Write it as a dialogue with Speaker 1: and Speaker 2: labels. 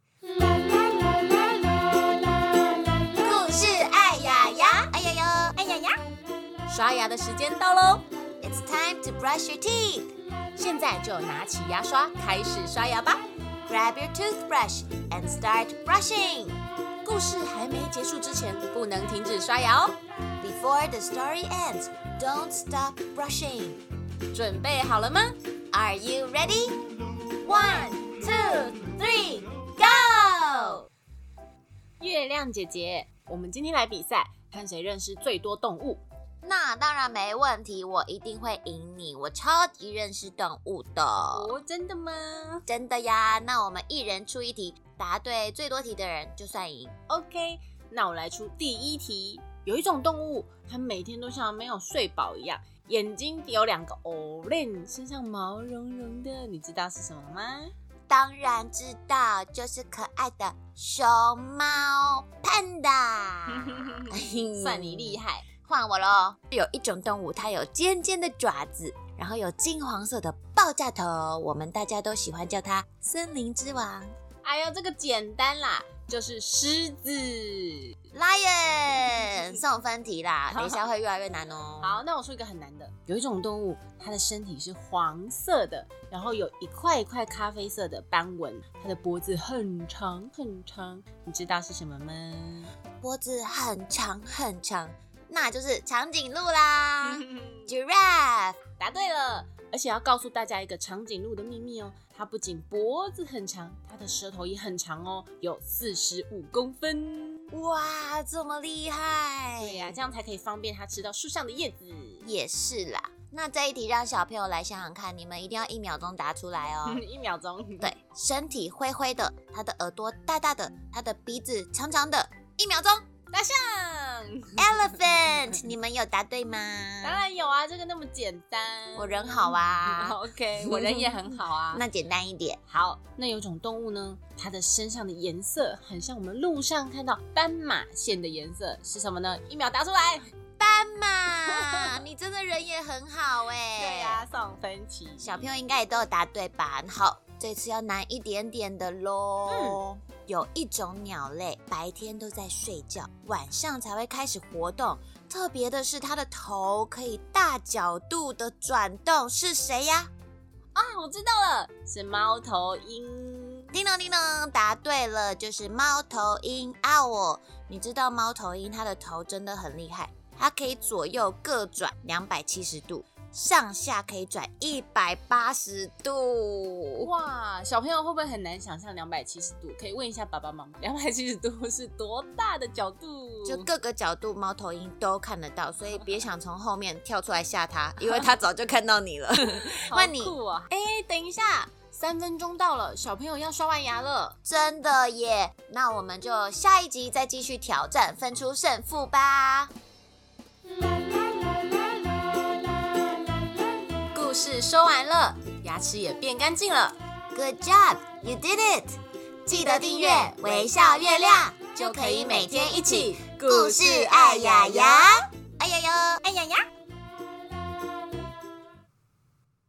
Speaker 1: 哎刷牙的时间到喽！It's time to brush your teeth。现在就拿起牙刷开始刷牙吧。Grab your toothbrush and start brushing。故事还没结束之前，不能停止刷牙哦。
Speaker 2: Before the story ends, don't stop brushing.
Speaker 1: 准备好了吗
Speaker 2: Are you ready?
Speaker 1: ？One, two, three, go！月亮姐姐，我们今天来比赛，看谁认识最多动物。
Speaker 2: 那当然没问题，我一定会赢你。我超级认识动物的，
Speaker 1: 哦，真的吗
Speaker 2: 真的呀。那我们一人出一题，答对最多题的人就算赢。
Speaker 1: ？OK，那我来出第一题。有一种动物，它每天都像没有睡饱一样，眼睛有两个 orange，身上毛茸茸的，你知道是什么吗？
Speaker 2: 当然知道，就是可爱的熊猫 panda。
Speaker 1: 算你厉害。
Speaker 2: 换我喽！有一种动物，它有尖尖的爪子，然后有金黄色的爆炸头，我们大家都喜欢叫它“森林之王
Speaker 1: 哎呦，这个简单啦，就是狮子。”
Speaker 2: Lion。送分题啦，
Speaker 1: 好
Speaker 2: 等一下会越来越难哦。
Speaker 1: 好，那我说一个很难的，有一种动物，它的身体是黄色的，然后有一块一块咖啡色的斑纹，它的脖子很长很长，你知道是什么吗？
Speaker 2: 脖子很长很长，那就是长颈鹿 啦，giraffe。
Speaker 1: 答对了，而且要告诉大家一个长颈鹿的秘密哦，它不仅脖子很长，它的舌头也很长哦，有四十五公分。
Speaker 2: 哇，这么厉害！
Speaker 1: 对呀、这样才可以方便它吃到树上的叶子。
Speaker 2: 也是啦。那这一题让小朋友来想想看，你们一定要一秒钟答出来哦。
Speaker 1: 一秒钟，
Speaker 2: 对，身体灰灰的，它的耳朵大大的，它的鼻子长长的。一 秒钟
Speaker 1: 大象。
Speaker 2: 嗯，elephant，你们有答对吗？
Speaker 1: 当然有啊，这个那么简单。
Speaker 2: 我人好 啊，
Speaker 1: OK，我人也很好啊。
Speaker 2: 那简单一点。
Speaker 1: 好，那有种动物呢，它的身上的颜色很像我们路上看到斑马线的颜色，是什么呢？一秒答出来。
Speaker 2: 斑马，你真的人也很好 哎、
Speaker 1: 呀、送分题。
Speaker 2: 小朋友应该也都有答对吧？好，这次要难一点点的喽。有一种鸟类，白天都在睡觉，晚上才会开始活动。特别的是，它的头可以大角度的转动，是谁呀？
Speaker 1: 啊，我知道了，是猫头鹰。
Speaker 2: 叮咚叮咚，答对了，就是猫头鹰 owl。你知道猫头鹰它的头真的很厉害，它可以左右各转两百七十度，上下可以转一百八十度。
Speaker 1: 哇，小朋友会不会很难想象两百七十度？可以问一下爸爸妈妈，两百七十度是多大的角度？
Speaker 2: 就各个角度猫头鹰都看得到，所以别想从后面跳出来吓它，因 为它早就看到你了。
Speaker 1: 好
Speaker 2: 换你
Speaker 1: 酷啊！哎、等一下，三分钟到了，小朋友要刷完牙了。
Speaker 2: 真的耶！那我们就下一集再继续挑战，分出胜负吧。
Speaker 1: 故事说完了，牙齿也变干净了，
Speaker 2: Good job, you did it！记得订阅《微笑月亮》，就可以每天一起故事爱牙牙。哎呀呀，哎呀呀！